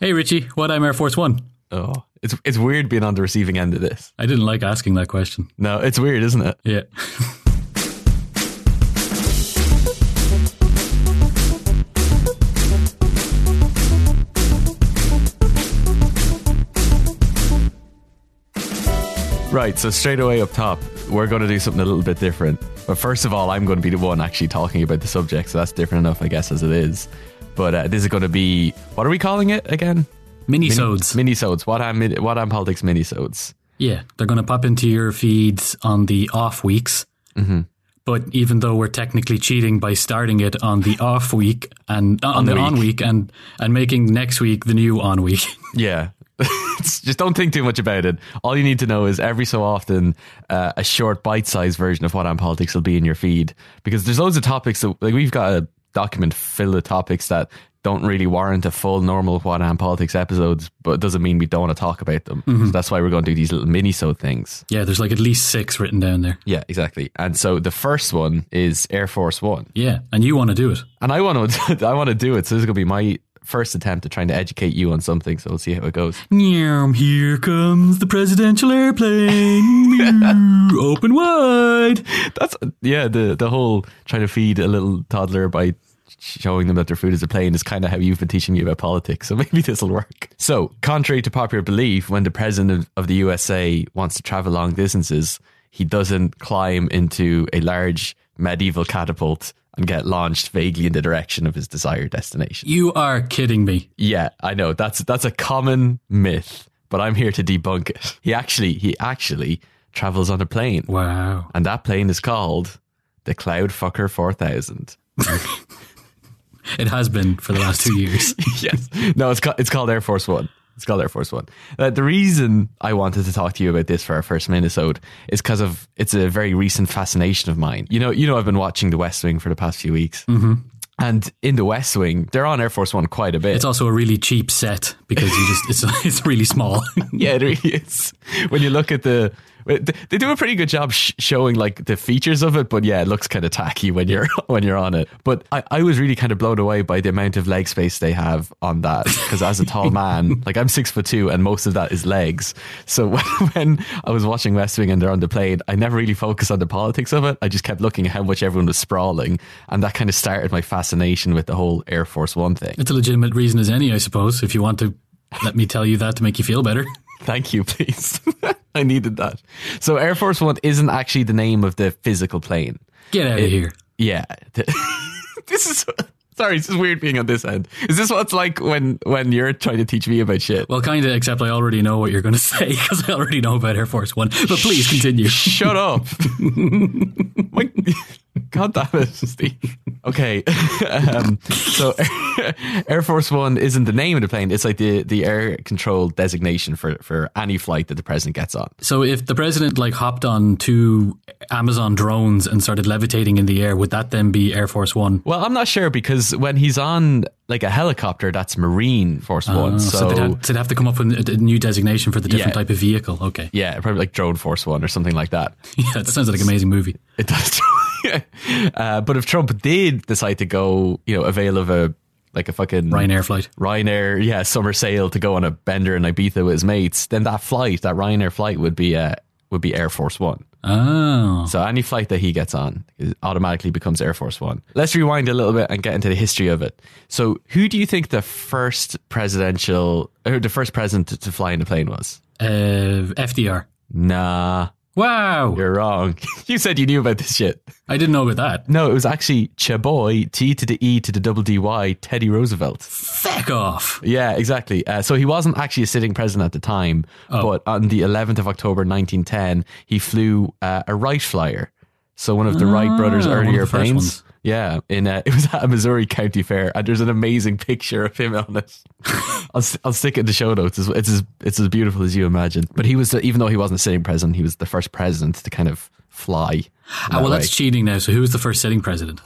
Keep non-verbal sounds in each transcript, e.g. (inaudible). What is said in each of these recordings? Hey, Richie, what I'm Air Force One? Oh, it's it's weird being on the receiving end of this. I didn't like asking that question. No, it's weird, isn't it? Yeah. (laughs) Right, so straight away up top, we're going to do something a little bit different. But first of all, I'm going to be the one actually talking about the subject, so that's different enough, I guess, as it is. But uh, this is going to be what are we calling it again? Minisodes. Minisodes. What I'm what I'm politics minisodes. yeah, they're going to pop into your feeds on the off weeks. Mm-hmm. But even though we're technically cheating by starting it on the off week and uh, on, the, the on week and and making next week the new on week. (laughs) Yeah. (laughs) It's- Just don't think too much about it. All you need to know is every so often, uh, a short, bite sized version of What on Politics will be in your feed because there's loads of topics that, like, we've got a document filled with topics that don't really warrant a full normal What on Politics episodes, but it doesn't mean we don't want to talk about them. So that's why we're going to do these little mini so things. yeah, there's like at least six written down there. Yeah, exactly. And so the first one is Air Force One. Yeah, and you want to do it. And I want to, (laughs) I want to do it. So this is going to be my first attempt at trying to educate you on something. So we'll see how it goes. Meow, Here comes the presidential airplane. (laughs) Meow, Open wide. That's yeah. The the whole trying to feed a little toddler by showing them that their food is a plane is kind of how you've been teaching me about politics. So (laughs) maybe this will work. So contrary to popular belief, when the president of the USA wants to travel long distances, he doesn't climb into a large medieval catapult and get launched vaguely in the direction of his desired destination. You are kidding me. Yeah, I know that's that's a common myth, but I'm here to debunk it. He actually he actually travels on a plane Wow. and that plane is called the Cloudfucker 4000. It has been for the last two years. yes. No, it's, ca- it's called Air Force One. It's called Air Force One. Uh, the reason I wanted to talk to you about this for our first Minnesota is because of it's a very recent fascination of mine. You know, you know, I've been watching The West Wing for the past few weeks, mm-hmm. and in The West Wing, they're on Air Force One quite a bit. It's also a really cheap set because you just it's (laughs) it's really small. (laughs) yeah, it really is. When you look at the, they do a pretty good job sh- showing like the features of it, but yeah, it looks kind of tacky when you're (laughs) when you're on it. But I, I was really kind of blown away by the amount of leg space they have on that because as a tall man, like I'm six foot two, and most of that is legs. So (laughs) when, when I was watching West Wing and they're on the plane, I never really focused on the politics of it. I just kept looking at how much everyone was sprawling, and that kind of started my fascination with the whole Air Force One thing. it's a legitimate reason as any, I suppose, if you want to let me tell you that to make you feel better. Thank you, please. (laughs) I needed that. So Air Force One isn't actually the name of the physical plane. Get out of here. Yeah. (laughs) this is sorry, this is weird being on this end. Is this what it's like when when you're trying to teach me about shit? Well, kind of, except I already know what you're going to (laughs) say because I already know about Air Force One. But please continue. Shut up. (laughs) My, God damn it, Steve. Okay. (laughs) um, so (laughs) Air Force One isn't the name of the plane. It's like the, the air control designation for, for any flight that the president gets on. So, if the president like hopped on two Amazon drones and started levitating in the air, would that then be Air Force One? Well, I'm not sure because when he's on like a helicopter, that's Marine Force One. Ah, Uh, So, So, they'd, have, so they'd have to come up with a, a new designation for the different Yeah. type of vehicle. Okay. (laughs) yeah, probably like Drone Force One or something like that. Yeah, that sounds like an amazing movie. It does. (laughs) uh, but if Trump did decide to go, you know, avail of a like a fucking Ryanair flight. Ryanair, yeah, summer sale to go on a bender in Ibiza with his mates, then that flight, that Ryanair flight, would be uh, would be Air Force One. Oh. So any flight that he gets on is- automatically becomes Air Force One. Let's rewind a little bit and get into the history of it. So who do you think the first presidential or the first president to, to fly in a plane was? Uh, FDR. Nah, Wow. you're wrong. (laughs) you said you knew about this shit. I didn't know about that. No, it was actually Chaboy, T to the E to the double D Y, Teddy Roosevelt. Feck off. Yeah, exactly. Uh, so he wasn't actually a sitting president at the time, Oh. but on the 11th of October 1910, he flew uh, a Wright flyer. So one of the Wright brothers' Ah, one of earlier the first planes. ones. Yeah, in uh, (laughs) it was at a Missouri county fair, and there's an amazing picture of him (laughs) on it. I'll, s- I'll stick it in the show notes. It's, it's as it's as beautiful as you imagine. But he was, the- even though he wasn't a sitting president, he was the first president to kind of fly. in that Ah, well, way. that's cheating now. So, who was the first sitting president?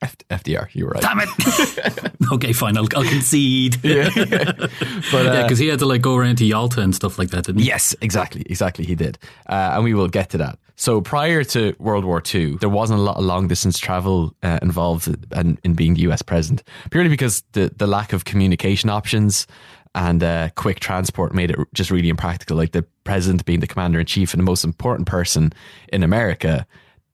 F- FDR. You were right. Damn it. (laughs) okay, fine. I'll, I'll concede. (laughs) Yeah, But, uh, because he had to like go around to Yalta and stuff like that, didn't he? Yes, exactly, exactly. He did, uh, and we will get to that. So prior to World War II, there wasn't a lot of long distance travel uh, involved in, in being the U.S. president, purely because the the lack of communication options. and uh, quick transport made it just really impractical. Like the president being the commander in chief and the most important person in America,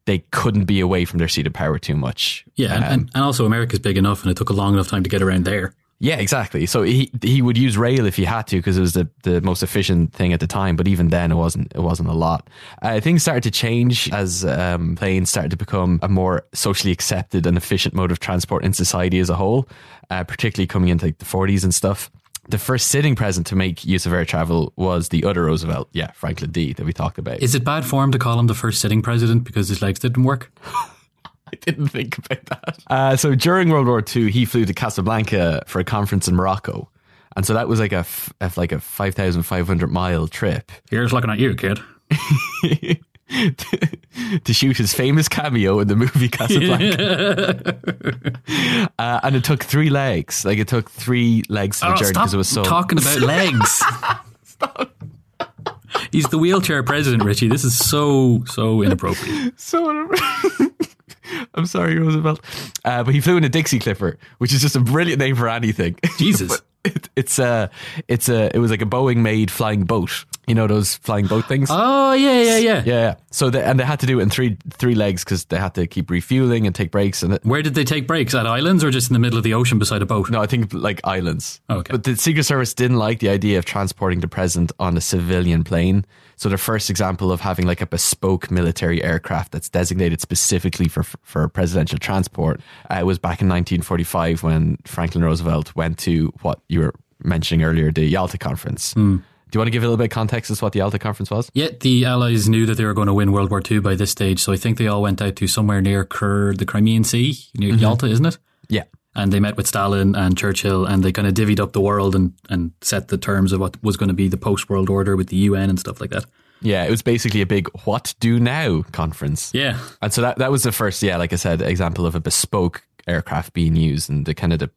they couldn't be away from their seat of power too much. Yeah, and, Um, and, and also America's big enough, and it took a long enough time to get around there. yeah, exactly. So he he would use rail if he had to because it was the, the most efficient thing at the time. But even then, it wasn't it wasn't a lot. Uh, things started to change as um, planes started to become a more socially accepted and efficient mode of transport in society as a whole, uh, particularly coming into like, the forties and stuff. The first sitting president to make use of air travel was the other Roosevelt, yeah, Franklin D. that we talked about. Is it bad form to call him the first sitting president because his legs didn't work? I didn't think about that. Uh, so during World War II, he flew to Casablanca for a conference in Morocco, and so that was like a, f- a- like a five thousand five hundred mile trip (laughs) Here's looking at you, kid. to shoot his famous cameo in the (laughs) movie (laughs) Casablanca. Oh, uh, and it took three legs. Like it took three legs to the Oh, journey stop because it was so. talking about legs. He's the wheelchair president, Richie. This is so so (laughs) inappropriate. so (laughs) I'm sorry, Roosevelt. Uh, but he flew in a Dixie Clipper, which is just a brilliant name for anything. Jesus. But (laughs) it, it's a, it's a, it was like a Boeing made flying boat. You know those flying boat things. Oh yeah, yeah, yeah. Yeah, yeah. So they, and they had to do it in three three legs because they had to keep refueling and take breaks. And it, Where did they take breaks? At islands or just in the middle of the ocean beside a boat? no, I think like islands. Okay. But the Secret Service didn't like the idea of transporting the president on a civilian plane. So their first example of having like a bespoke military aircraft that's designated specifically for for presidential transport uh, was back in 1945 when Franklin Roosevelt went to what you were mentioning earlier, the Yalta Conference. Do you want to give a little bit of context as to what the Yalta Conference was? Yet the Allies knew that they were going to win World War II by this stage, so I think they all went out to somewhere near Kur, the Crimean Sea, near Mm-hmm. Yalta, isn't it? Yeah. And they met with Stalin and Churchill, and they kind of divvied up the world and, and set the terms of what was going to be the post world order with the UN and stuff like that. Yeah, it was basically a big what do now conference. Yeah, And so that that was the first, yeah, like I said, example of a bespoke aircraft being used and the kind of the,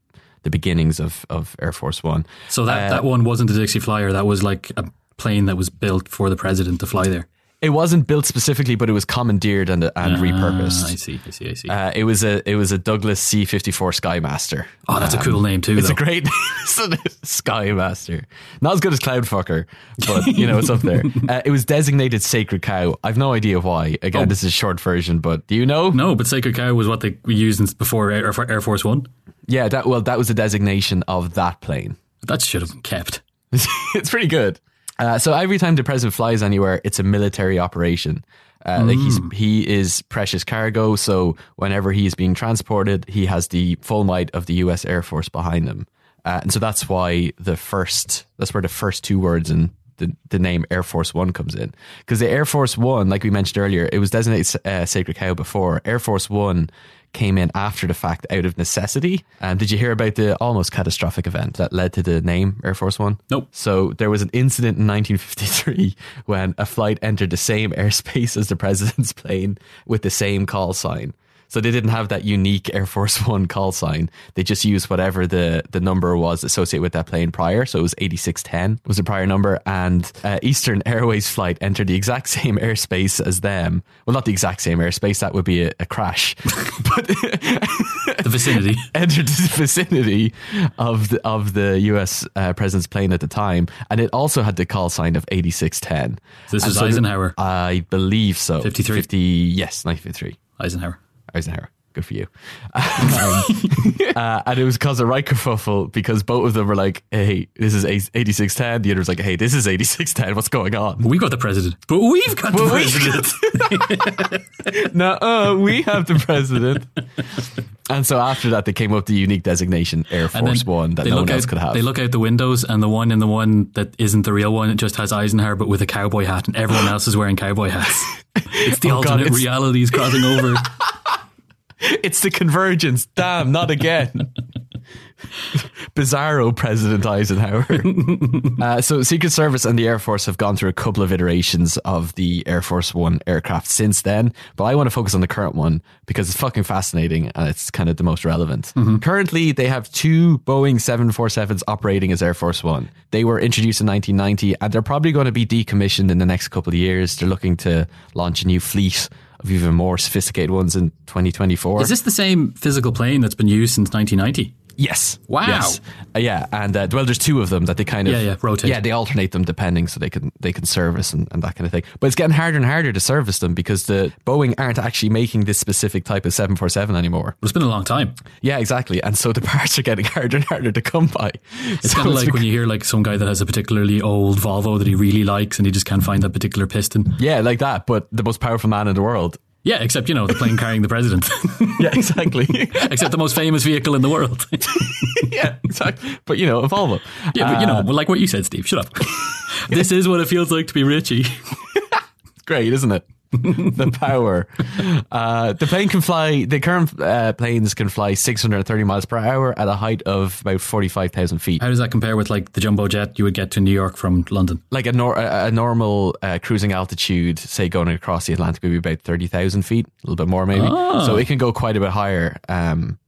the beginnings of, of Air Force One. So Uh, that, that one wasn't a Dixie Flyer. That was like a plane that was built for the president to fly there. It wasn't built specifically, but it was commandeered and and Ah, I repurposed. see. I see. I see. Uh, it was a it was a Douglas C fifty four Skymaster. oh, that's a cool name too. um, It's Though. a great (laughs) name, isn't it? Skymaster. Not as good as Cloudfucker, but you know it's up there. Uh, it was designated Sacred Cow. I've no idea why. Again, this is a short version, but do you know? no, but Sacred Cow was what they used in, before Air, for Air Force One. Yeah, that well, that was the designation of that plane. That should have been kept. (laughs) it's pretty good. Uh, so every time the president flies anywhere, it's a military operation. Uh, Like he's he is precious cargo, so whenever he is being transported, he has the full might of the U.S. Air Force behind him, uh, and so that's why the first that's where the first two words in the, the name Air Force One comes in because the Air Force One, like we mentioned earlier, it was designated uh, Sacred Cow before Air Force One came in after the fact out of necessity. And did you hear about the almost catastrophic event that led to the name Air Force One? Nope. So there was an incident in 1953 when a flight entered the same airspace (laughs) as the president's plane with the same call sign. So they didn't have that unique Air Force (laughs) One call sign. They just used whatever the, the number was associated with that plane prior. So it was 8610 was the prior number. And uh, Eastern (laughs) Airways flight entered the exact same airspace as them. Well, not the exact same airspace. That would be a, (laughs) a crash. (laughs) but The vicinity. entered the vicinity of the, of the U.S. Uh, president's plane at the time, and it also had the call sign of 8610. This And is so the- Eisenhower. I believe so. 53. 50, yes, 1953. Eisenhower. (laughs) Eisenhower. Good for you. (laughs) Um, uh, and it was caused a right kerfuffle because both of them were like, hey, this is 8610. The other was like, hey, this is 8610. What's going on? We've got the president, but we've got the president. (laughs) no, uh, we have the president. (laughs) and so after that, they came up with the unique designation Air And then Force One that they no look one else out- could have. They look out the windows, and the one in the one that isn't the real one it just has Eisenhower, but with a cowboy hat, and everyone else is wearing cowboy (laughs) hats. It's the Oh, God, alternate it's- realities crossing over. It's the convergence. Damn, not (laughs) again. Bizarro President Eisenhower. uh, so, Secret Service and the Air Force have gone through a couple of iterations of the Air Force One aircraft since then, but I want to focus on the current one because it's fucking fascinating and it's kind of the most relevant. Currently, they have two Boeing 747s operating as Air Force One. They were introduced in 1990 and they're probably going to be decommissioned in the next couple of years. They're looking to launch a new fleet of even more sophisticated ones in 2024. Is this the same physical plane that's been used since 1990? Yes. Wow. Yes. Uh, yeah, and uh, well, there's two of them that they kind of Yeah, yeah, rotate. Yeah, they alternate them depending, so they can they can service and, and that kind of thing. But it's getting harder and harder to service them because the Boeing aren't actually making this specific type of 747 anymore. But it's been a long time. Yeah, exactly. And so the (laughs) parts are getting harder and harder to come by. It's kind of like when you hear like some guy that has a particularly old Volvo that he really likes and he just can't find that particular piston. yeah, like that. But the most powerful man in the world. (laughs) Yeah, except you know the plane carrying the president, (laughs) Yeah, exactly. (laughs) except the most famous vehicle in the world. yeah, exactly. But you know, a Volvo. yeah, but you know, well, like what you said, Steve. (laughs) Shut up. this is what it feels like to be Richie. great, isn't it? (laughs) the power. Uh, the plane can fly. The current uh, planes can fly 630 miles per hour at a height of about 45,000 feet. How does that compare with like the jumbo jet you would get to New York from London? Like a, nor- a a normal uh, cruising altitude, say going across the Atlantic, would be about 30,000 feet, a little bit more maybe. So it can go quite a bit higher.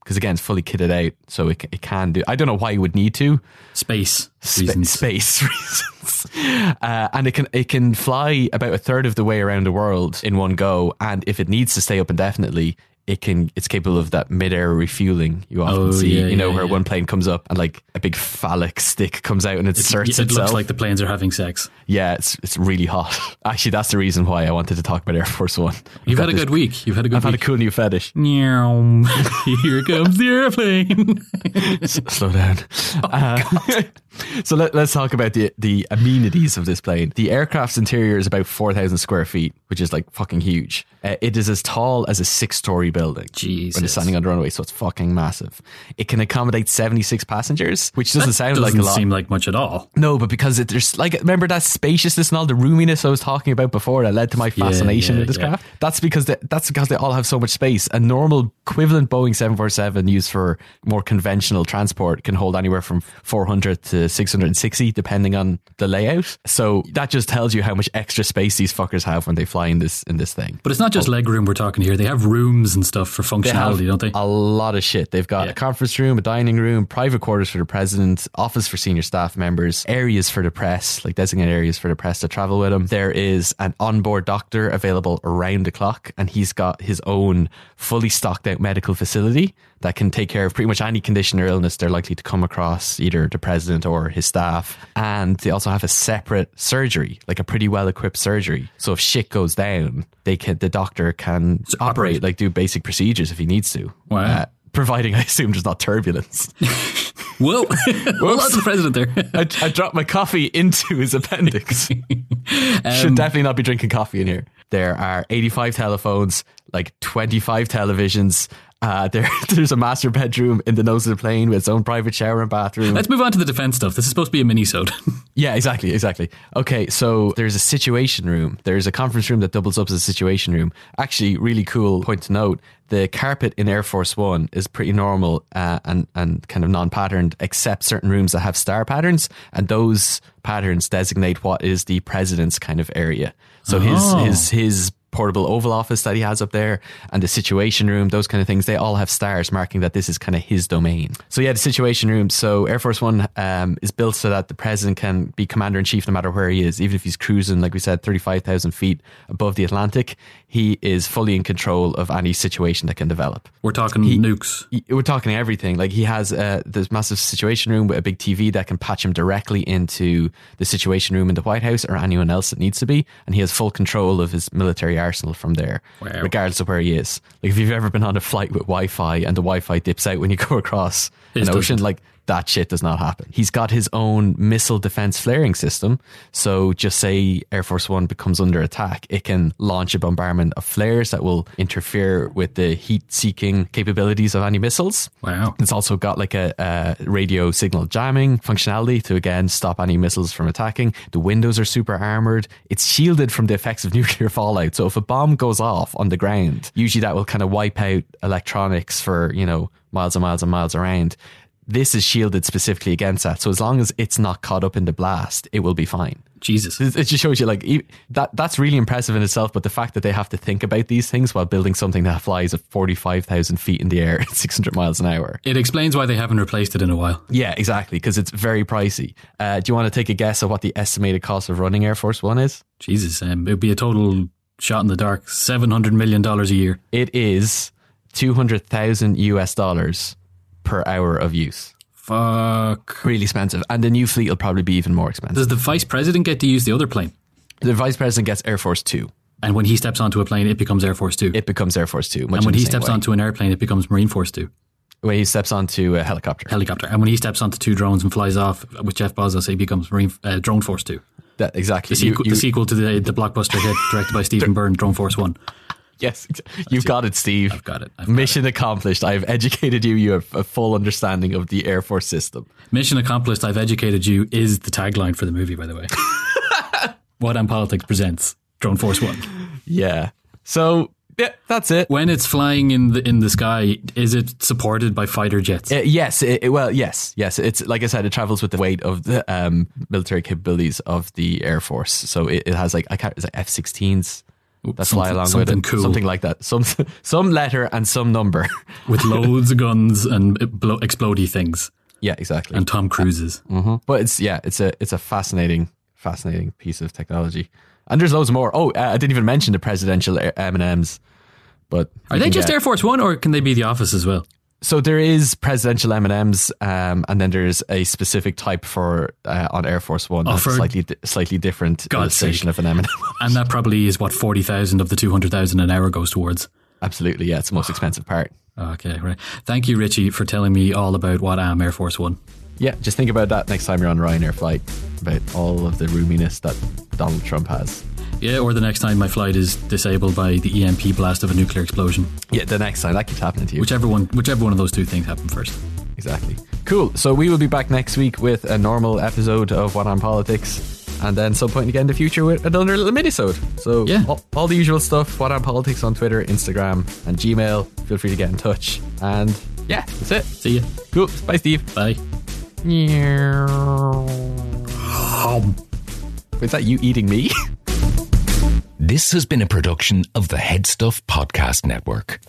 Because again, it's fully kitted out, so it, c- it can do. I don't know why you would need to. Space Spa- reasons. space (laughs) reasons, uh, and it can it can fly about a third of the way around the world in one go. And if it needs to stay up indefinitely, it can it's capable of that midair refueling you often Oh, see. yeah, you know yeah, where yeah. one plane comes up and like a big phallic stick comes out and it Yeah, inserts it itself. looks like the planes are having sex. yeah, it's it's really hot. (laughs) Actually, that's the reason why I wanted to talk about Air Force One. You've Got had a this- good week. You've had a good I've had a week. cool new fetish. Meow. (laughs) Here comes the airplane. (laughs) slow down. (laughs) Oh, Uh, (laughs) so let, us talk about the the amenities of this plane. The aircraft's interior is about four thousand square feet, which is like fucking huge. Uh, it is as tall as a six story building. when Jesus. it's standing on the runway, so it's fucking massive. It can accommodate seventy six passengers, which doesn't sound like a lot. seem like much at all. no, but because it, there's like remember that spaciousness and all the roominess I was talking about before that led to my fascination yeah, with this yeah. craft. That's because they, that's because they all have so much space. A normal equivalent Boeing 747 used for more conventional transport can hold anywhere from 400 to 660 depending on the layout. So that just tells you how much extra space these fuckers have when they fly in this in this thing. But it's not just legroom we're talking here. They have rooms and stuff for functionality, don't they? A lot of shit. They've got a conference room, a dining room, private quarters for the president, office for senior staff members, areas for the press, like designated areas for the press to travel with them. There is an onboard doctor available around the clock, and he's got his own fully stocked out medical facility that can take care of pretty much any condition or illness they're likely to come across, either the president or his staff. And they also have a separate surgery, like a pretty well equipped surgery. So if shit goes down, they can the doctor can operate like do basic procedures if he needs to. Uh, Wow. providing (laughs) I assume there's not turbulence. Whoa. (laughs) well, that's the president (laughs) there. I, I dropped my coffee into his appendix. Should definitely not be drinking coffee in here. There are 85 telephones, like 25 televisions. Uh, (laughs) there, there's a master bedroom in the nose of the plane with its own private shower and bathroom. Let's move on to the defense stuff. This is supposed to be a mini-sode. (laughs) Yeah, exactly, exactly. Okay, so there's a situation room. There's a conference room that doubles up as a situation room. Actually, really cool point to note: the carpet in Air Force One is pretty normal uh, and and kind of non-patterned, except certain rooms that have star patterns, and those patterns designate what is the president's kind of area. So Oh. his his his portable oval office that he has up there and the situation room those kind of things they all have stars marking that this is kind of his domain so yeah the situation room so air force one um, is built so that the president can be commander-in-chief no matter where he is even if he's cruising like we said 35000 feet above the atlantic he is fully in control of any situation that can develop We're talking nukes. y- we're talking everything. Like he has uh, this massive situation room with a big TV that can patch him directly into the situation room in the White House or anyone else that needs to be, and he has full control of his military arsenal from there, Wow. regardless of where he is. Like if you've ever been on a flight with Wi-Fi and the Wi-Fi dips out when you go across His an ocean, doesn't. like that shit does not happen. He's got his own missile defense flaring system. So just say Air Force One becomes under attack, it can launch a bombardment of flares that will interfere with the heat seeking capabilities of any missiles. Wow. It's also got like a, uh radio signal jamming functionality to again stop any missiles from attacking. The windows are super armored. It's shielded from the effects of (laughs) nuclear fallout. So if a bomb goes off on the ground, usually that will kind of wipe out electronics for, you know, miles and miles and miles around. This is shielded specifically against that. So as long as it's not caught up in the blast, it will be fine. Jesus. It it just shows you like e- that that's really impressive in itself, but the fact that they have to think about these things while building something that flies at 45,000 feet in the air (laughs) at 600 miles an hour. It explains why they haven't replaced it in a while. Yeah, exactly, because it's very pricey. Uh, do you want to take a guess at what the estimated cost of running Air Force One is? Jesus. Um, it would be a total shot in the dark. $700 million a year. It is two hundred thousand US dollars per hour of use. Fuck. Really expensive. And the new fleet will probably be even more expensive. Does the vice president get to use the other plane? The vice president gets Air Force Two. And when he steps onto a plane, it becomes Air Force Two. It becomes Air Force Two. and when he steps onto an airplane, it becomes Marine Force Two when he steps onto a helicopter, helicopter. And when he steps onto two drones and flies off with Jeff Bezos, he becomes Marine uh, Drone Force Two. that, exactly. The, sequel, the sequel to the, the blockbuster hit directed by Stephen Byrne, Drone Force One. yes, exa- you've got it, Steve. I've got it. I've got Mission accomplished. I've educated you. You have a full understanding of the Air Force system. Mission accomplished. I've educated you is the tagline for the movie, by the way. what and politics presents Drone Force One. Yeah. So yeah, that's it. When it's flying in the in the sky, is it supported by fighter jets? Uh, yes. It, it- well, yes, yes. It's like I said, it travels with the weight of the um, military capabilities of the Air Force. So it, it has like I can't. Is it F 16s? That fly something- along with something it, cool. something like that. Some (laughs) some letter and some number. (laughs) With loads of guns and it blow, explodey things, yeah, exactly. and Tom Cruise's. But it's yeah, it's a it's a fascinating fascinating piece of technology. And there's loads more. Oh, uh, I didn't even mention the presidential M and M's. But Are they just Air Force One, or can they be the Office as well? so there is presidential M and M's, um, and then there's a specific type for uh, on Air Force One. that's for- slightly di- slightly different God's illustration of an M and M. (laughs) And that probably is what forty thousand of the two hundred thousand an hour goes towards. Absolutely, yeah, it's the most expensive part. Okay, right. Thank you, Richie, for telling me all about what am Air Force One. Yeah, just think about that next time you're on a Ryanair flight about all of the roominess that Donald Trump has. Yeah, or the next time my flight is disabled by the EMP blast of a nuclear explosion. Yeah, the next time that keeps happening to you. Whichever one, whichever one of those two things happened first. Exactly. Cool. So we will be back next week with a normal episode of What on Politics, and then some point again in the future with another little minisode. So Yeah. all, all the usual stuff. What on Politics on Twitter, Instagram, and Gmail. Feel free to get in touch. And yeah, that's it. See ya. Cool. Bye, Steve. Bye. Is that you eating me? (laughs) This has been a production of the Head Stuff Podcast Network.